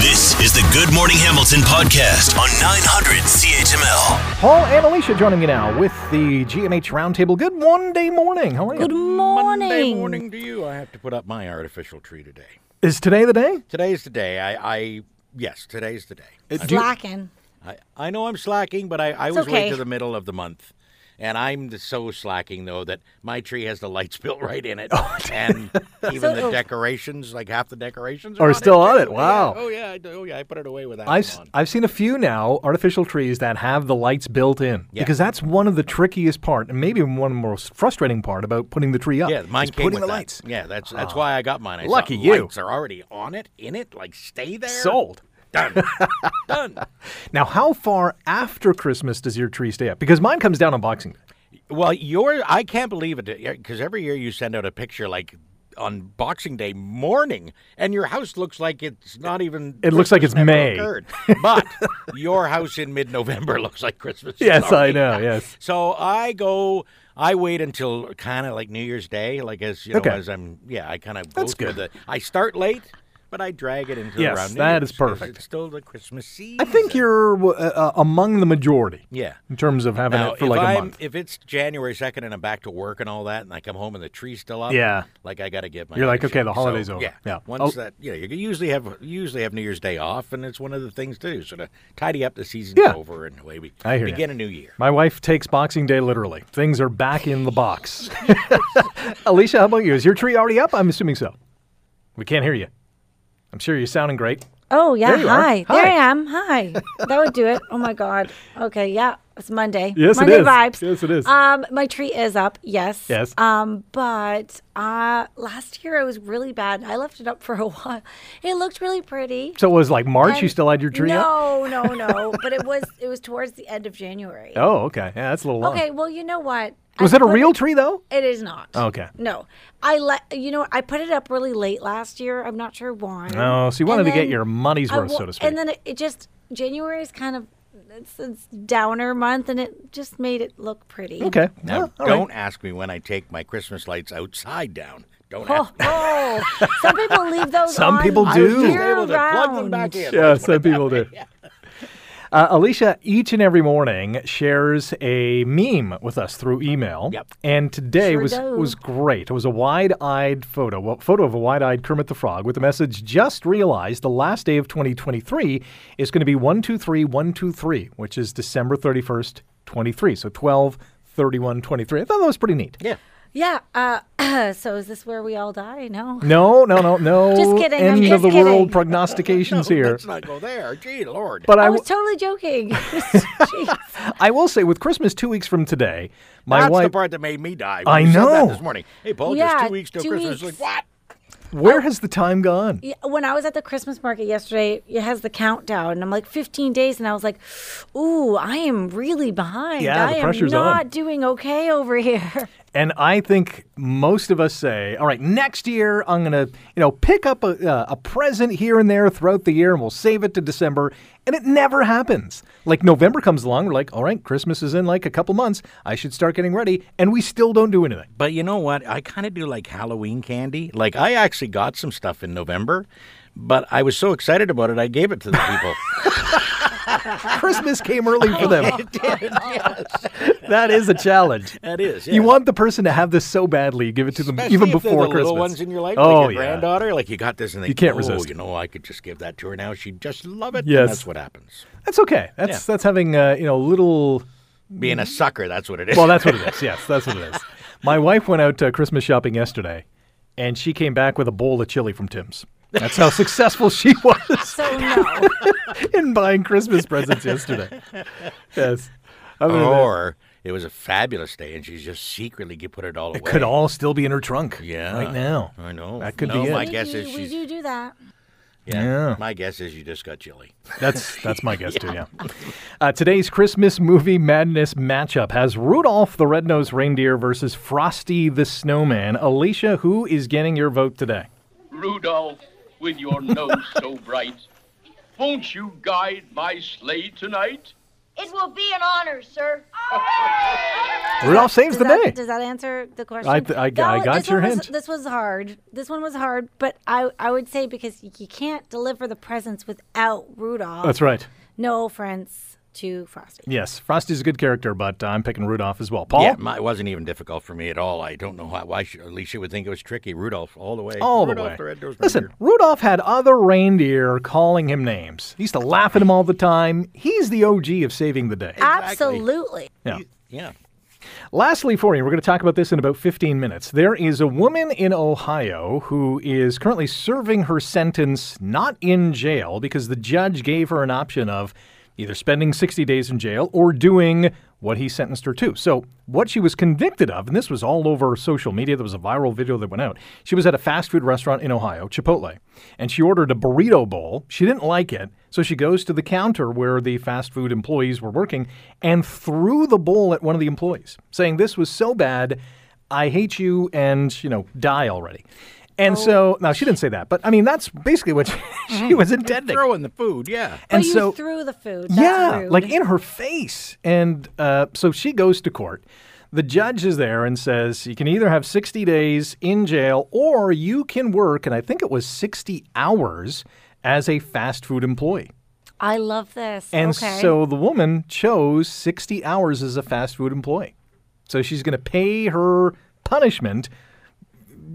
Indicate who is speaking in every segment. Speaker 1: This is the Good Morning Hamilton podcast on 900 CHML.
Speaker 2: Paul and Alicia joining me now with the GMH Roundtable. Good Monday morning. How are you?
Speaker 3: Good morning.
Speaker 4: Monday morning to you. I have to put up my artificial tree today.
Speaker 2: Is today the day?
Speaker 4: Today's the day. I, I yes, today's the day.
Speaker 3: Slacking.
Speaker 4: I, I know I'm slacking, but I, I was
Speaker 3: okay.
Speaker 4: late to the middle of the month. And I'm the- so slacking though that my tree has the lights built right in it,
Speaker 2: Oh,
Speaker 4: and even the
Speaker 3: it'll-
Speaker 4: decorations, like half the decorations,
Speaker 2: Are
Speaker 4: on
Speaker 2: still on
Speaker 4: too.
Speaker 2: it. Wow.
Speaker 4: Yeah. Oh yeah. I, do- oh yeah. I put it away with that.
Speaker 2: I've,
Speaker 4: one
Speaker 2: s-
Speaker 4: on.
Speaker 2: I've seen a few now artificial trees that have the lights built in
Speaker 4: Yeah.
Speaker 2: because that's one of the trickiest part and maybe one of the most frustrating part about putting the tree up.
Speaker 4: Yeah, mine
Speaker 2: is
Speaker 4: came
Speaker 2: putting
Speaker 4: with
Speaker 2: the
Speaker 4: that.
Speaker 2: lights. Ah.
Speaker 4: Yeah, that's that's why I got mine. I
Speaker 2: Lucky
Speaker 4: thought,
Speaker 2: you.
Speaker 4: Lights are already on it, in it. Like stay there.
Speaker 2: Sold.
Speaker 4: Done. Done.
Speaker 2: Now, how far after Christmas does your tree stay up? Because mine comes down on Boxing Day.
Speaker 4: Well, your I can't believe it because every year you send out a picture like on Boxing Day morning, and your house looks like it's not even.
Speaker 2: It looks like it's
Speaker 4: never
Speaker 2: May.
Speaker 4: occurred. but your house in mid-November looks like Christmas. is
Speaker 2: Yes, I
Speaker 4: already-
Speaker 2: know. Yes.
Speaker 4: So I go. I wait until kind of like New Year's Day, like as you know,
Speaker 2: Okay.
Speaker 4: as I'm. Yeah, I kind of.
Speaker 2: That's
Speaker 4: go
Speaker 2: good.
Speaker 4: Through the, I start late, but I drag it into
Speaker 2: Yes,
Speaker 4: around. New
Speaker 2: that is
Speaker 4: Year's 'cause
Speaker 2: perfect.
Speaker 4: It's still the Christmas season.
Speaker 2: I think you're uh, uh, among the majority
Speaker 4: Yeah.
Speaker 2: in terms of having
Speaker 4: Now,
Speaker 2: it for
Speaker 4: if
Speaker 2: like
Speaker 4: I'm,
Speaker 2: a month.
Speaker 4: If it's January second and I'm back to work and all that, and I come home and the tree's still up,
Speaker 2: Yeah.
Speaker 4: like I got to get my.
Speaker 2: You're like,
Speaker 4: other
Speaker 2: okay,
Speaker 4: shit.
Speaker 2: the holiday's
Speaker 4: So,
Speaker 2: over.
Speaker 4: Yeah,
Speaker 2: Yeah.
Speaker 4: Once
Speaker 2: Oh.
Speaker 4: that, you know, you usually have you usually have New Year's Day off, and it's one of the things to do, sort of tidy up the season's
Speaker 2: Yeah.
Speaker 4: over, and away we
Speaker 2: I hear ya.
Speaker 4: begin a new year.
Speaker 2: My wife takes Boxing Day literally. Things are back in the box. Alicia, how about you? Is your tree already up? I'm assuming so. We can't hear you. I'm sure you're sounding great.
Speaker 3: Oh yeah.
Speaker 2: There you are.
Speaker 3: Hi. There
Speaker 2: Hi.
Speaker 3: I am. Hi. that would do it. Oh my god. Okay. Yeah. It's Monday.
Speaker 2: Yes, it
Speaker 3: Monday
Speaker 2: is.
Speaker 3: vibes.
Speaker 2: Yes, it is.
Speaker 3: Um, my tree is up. Yes.
Speaker 2: Yes.
Speaker 3: Um, but uh, last year it was really bad. I left it up for a while. It looked really pretty.
Speaker 2: So it was like March. you
Speaker 3: And-
Speaker 2: still had your tree up?
Speaker 3: No, no, no. but it was it was towards the end of January.
Speaker 2: Oh, okay. Yeah, that's a little long.
Speaker 3: Okay. Well, you know what?
Speaker 2: Was
Speaker 3: I
Speaker 2: it a
Speaker 3: put
Speaker 2: real tree though?
Speaker 3: It is not.
Speaker 2: Okay.
Speaker 3: No, I let you know. I put it up really late last year. I'm not sure why.
Speaker 2: Oh, so you wanted to
Speaker 3: And
Speaker 2: get
Speaker 3: then
Speaker 2: your money's
Speaker 3: I
Speaker 2: worth,
Speaker 3: wa-
Speaker 2: so to speak.
Speaker 3: And then it, it just January is kind of it's, it's downer month, and it just made it look pretty.
Speaker 2: okay.
Speaker 4: Now,
Speaker 2: Yeah, all right.
Speaker 4: don't ask me when I take my Christmas lights outside down. Don't
Speaker 3: Oh,
Speaker 4: ask.
Speaker 3: oh. some people leave those.
Speaker 2: Some
Speaker 3: on
Speaker 2: people
Speaker 4: I was
Speaker 2: do.
Speaker 4: just
Speaker 3: year
Speaker 4: able to plug them
Speaker 3: round.
Speaker 4: back in.
Speaker 2: Yeah, some people do. Uh, Alicia, each and every morning, shares a meme with us through email.
Speaker 4: Yep.
Speaker 2: And today
Speaker 3: Sure
Speaker 2: was
Speaker 3: do.
Speaker 2: was great. It was a wide-eyed photo, well, photo of a wide-eyed Kermit the Frog with the message: "Just realized the last day of 2023 is going to be one two three one two three, which is December 31st, 23. So 12 31 23. I thought that was pretty neat.
Speaker 4: Yeah.
Speaker 3: Yeah. Uh, so is this where we all die? No.
Speaker 2: No, no, no, no.
Speaker 3: Just kidding, I'm
Speaker 2: End of
Speaker 3: just
Speaker 2: the world
Speaker 3: kidding.
Speaker 2: prognostications
Speaker 4: No,
Speaker 2: here.
Speaker 4: Let's not go there. Gee, Lord.
Speaker 2: But I,
Speaker 3: I
Speaker 2: w-
Speaker 3: was totally joking. Jeez.
Speaker 2: I will say, with Christmas two weeks from today, my
Speaker 4: That's
Speaker 2: wife.
Speaker 4: the part that made me die.
Speaker 2: I
Speaker 4: You said that
Speaker 2: know.
Speaker 4: this morning. Hey, Paul,
Speaker 3: Yeah,
Speaker 4: just two weeks till
Speaker 3: two
Speaker 4: Christmas.
Speaker 3: weeks.
Speaker 4: Like what?
Speaker 2: Where has the time gone?
Speaker 3: Yeah, when I was at the Christmas market yesterday, it has the countdown, and I'm like 15 days, and I was like, "Ooh, I am really behind.
Speaker 2: Yeah,
Speaker 3: I
Speaker 2: the
Speaker 3: am
Speaker 2: pressure's
Speaker 3: not
Speaker 2: on."
Speaker 3: doing okay over here."
Speaker 2: And I think most of us say, "All right, next year I'm going to, you know, pick up a, uh, a present here and there throughout the year, and we'll save it to December." And it never happens. Like November comes along, we're like, "All right, Christmas is in like a couple months. I should start getting ready," and we still don't do anything.
Speaker 4: But you know what? I kind of do like Halloween candy. Like I actually got some stuff in November, but I was so excited about it, I gave it to the people.
Speaker 2: Christmas came early for them. That is a challenge.
Speaker 4: that is.
Speaker 2: You want the person to have this so badly, you give it to them even before
Speaker 4: the
Speaker 2: Christmas.
Speaker 4: Little ones in your life,
Speaker 2: oh
Speaker 4: like your
Speaker 2: yeah.
Speaker 4: granddaughter, like you got this, and they,
Speaker 2: You can't
Speaker 4: oh,
Speaker 2: resist.
Speaker 4: You know, I could just give that to her now. She'd just love it. and
Speaker 2: Yes.
Speaker 4: that's what happens.
Speaker 2: That's okay. That's that's having uh, you know little.
Speaker 4: Being a sucker, that's what it is.
Speaker 2: Well, that's what it is. Yes, that's what it is. My wife went out uh, Christmas shopping yesterday, and she came back with a bowl of chili from Tim's. That's how successful she was
Speaker 3: So no,
Speaker 2: in buying Christmas presents yesterday. Yes. Other than that,
Speaker 4: or it was a fabulous day, and she's just secretly get- put it all away.
Speaker 2: could all still be in her trunk.
Speaker 4: Yeah.
Speaker 2: Right now.
Speaker 4: I know.
Speaker 2: That could
Speaker 4: No,
Speaker 2: be it.
Speaker 4: my
Speaker 3: We
Speaker 4: guess
Speaker 3: do-
Speaker 4: is
Speaker 3: we
Speaker 4: she's.
Speaker 3: do do that.
Speaker 2: Yeah.
Speaker 4: My guess is you just got chilly.
Speaker 2: That's that's my guess too. Yeah. Uh, today's Christmas movie madness matchup has Rudolph the Red-Nosed Reindeer versus Frosty the Snowman. Alicia, who is getting your vote today?
Speaker 5: Rudolph, with your nose so bright, won't you guide my sleigh tonight?
Speaker 6: It will be an honor, sir.
Speaker 2: Rudolph saves
Speaker 3: Does
Speaker 2: the
Speaker 3: that,
Speaker 2: day.
Speaker 3: Does that answer the question?
Speaker 2: I th- I g-
Speaker 3: That
Speaker 2: I
Speaker 3: was-
Speaker 2: got
Speaker 3: this
Speaker 2: your
Speaker 3: one was-
Speaker 2: hint.
Speaker 3: this was hard. This one was hard, but I, I would say because y- you can't deliver the presents without Rudolph.
Speaker 2: That's right.
Speaker 3: No offense to Frosty.
Speaker 2: Yes, Frosty's a good character, but I'm picking Rudolph as well. Paul.
Speaker 4: Yeah, my, it wasn't even difficult for me at all. I don't know why, why she, Alicia would think it was tricky. Rudolph, all the way.
Speaker 2: all
Speaker 4: Rudolph,
Speaker 2: the way.
Speaker 4: Red-Nosed
Speaker 2: Listen,
Speaker 4: Reindeer.
Speaker 2: Rudolph had other reindeer calling him names. He used to laugh at him all the time. He's the OG of saving the day.
Speaker 3: Absolutely.
Speaker 2: Yeah.
Speaker 4: Yeah.
Speaker 2: Lastly, for you, we're going to talk about this in about 15 minutes. There is a woman in Ohio who is currently serving her sentence not in jail because the judge gave her an option of either spending 60 days in jail or doing what he sentenced her to. So, what she was convicted of, and this was all over social media, there was a viral video that went out. She was at a fast food restaurant in Ohio, Chipotle, and she ordered a burrito bowl. She didn't like it, so she goes to the counter where the fast food employees were working and threw the bowl at one of the employees, saying, This was so bad, I hate you, and, you know, die already.
Speaker 3: Oh.
Speaker 2: And so, now she didn't say that, but I mean, that's basically what she,
Speaker 3: Mm.
Speaker 2: she was intending.
Speaker 4: Throwing the food, yeah.
Speaker 2: And
Speaker 3: but
Speaker 2: so,
Speaker 3: you threw the food. That's
Speaker 2: yeah,
Speaker 3: rude.
Speaker 2: like in her face. And uh, so she goes to court. The judge is there and says, You can either have 60 days in jail or you can work, and I think it was 60 hours as a fast food employee.
Speaker 3: I love this.
Speaker 2: And
Speaker 3: okay.
Speaker 2: so the woman chose 60 hours as a fast food employee. So she's going to pay her punishment,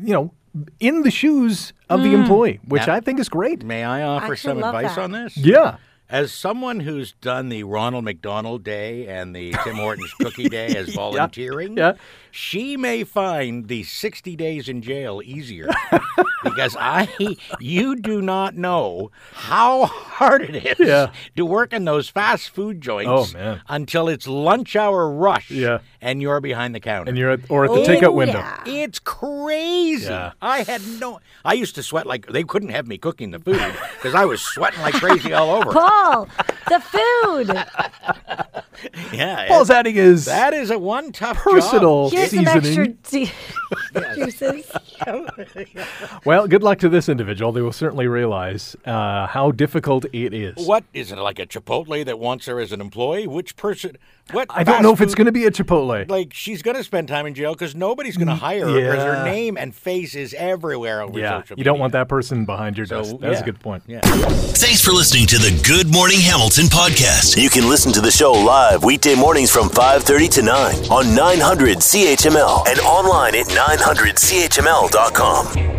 Speaker 2: you know, in the shoes of
Speaker 3: Hmm.
Speaker 2: the employee, which
Speaker 4: Now-
Speaker 2: I think is great.
Speaker 4: May I offer
Speaker 3: actually
Speaker 4: some
Speaker 3: love
Speaker 4: advice
Speaker 3: that.
Speaker 4: on this?
Speaker 2: Yeah.
Speaker 4: As someone who's done the Ronald McDonald Day and the Tim Hortons Cookie Day as volunteering,
Speaker 2: yeah.
Speaker 4: she may find the 60 days in jail easier because I, you do not know how hard it is
Speaker 2: Yeah.
Speaker 4: to work in those fast food joints
Speaker 2: Oh, man.
Speaker 4: until it's lunch hour rush
Speaker 2: Yeah.
Speaker 4: and you're behind the counter.
Speaker 2: And you're at, or at the
Speaker 3: Oh,
Speaker 2: takeout window.
Speaker 3: yeah.
Speaker 4: It's crazy.
Speaker 2: Yeah.
Speaker 4: I had no. I used to sweat like they couldn't have me cooking the food because I was sweating like crazy all over.
Speaker 3: Paul, the food.
Speaker 4: Yeah,
Speaker 2: Paul's adding his
Speaker 4: that is a one tough job.
Speaker 2: personal
Speaker 3: Here's some extra
Speaker 2: seasoning.
Speaker 3: de- juices.
Speaker 2: Well, good luck to this individual. They will certainly realize uh, how difficult it is.
Speaker 4: What is it like a Chipotle that wants her as an employee? Which person? What?
Speaker 2: I don't
Speaker 4: fast
Speaker 2: know if it's
Speaker 4: food-
Speaker 2: going to be a Chipotle.
Speaker 4: Like she's going to spend time in jail because nobody's going to hire her because
Speaker 2: Mm, yeah.
Speaker 4: her name and face is everywhere over
Speaker 2: yeah,
Speaker 4: social media.
Speaker 2: you don't want that person behind your
Speaker 4: So,
Speaker 2: desk. That's
Speaker 4: yeah.
Speaker 2: a good point.
Speaker 4: Yeah.
Speaker 1: Thanks for listening to the Good Morning Hamilton podcast. You can listen to the show live weekday mornings from 5:30 to 9 on 900 CHML and online at 900chml.com.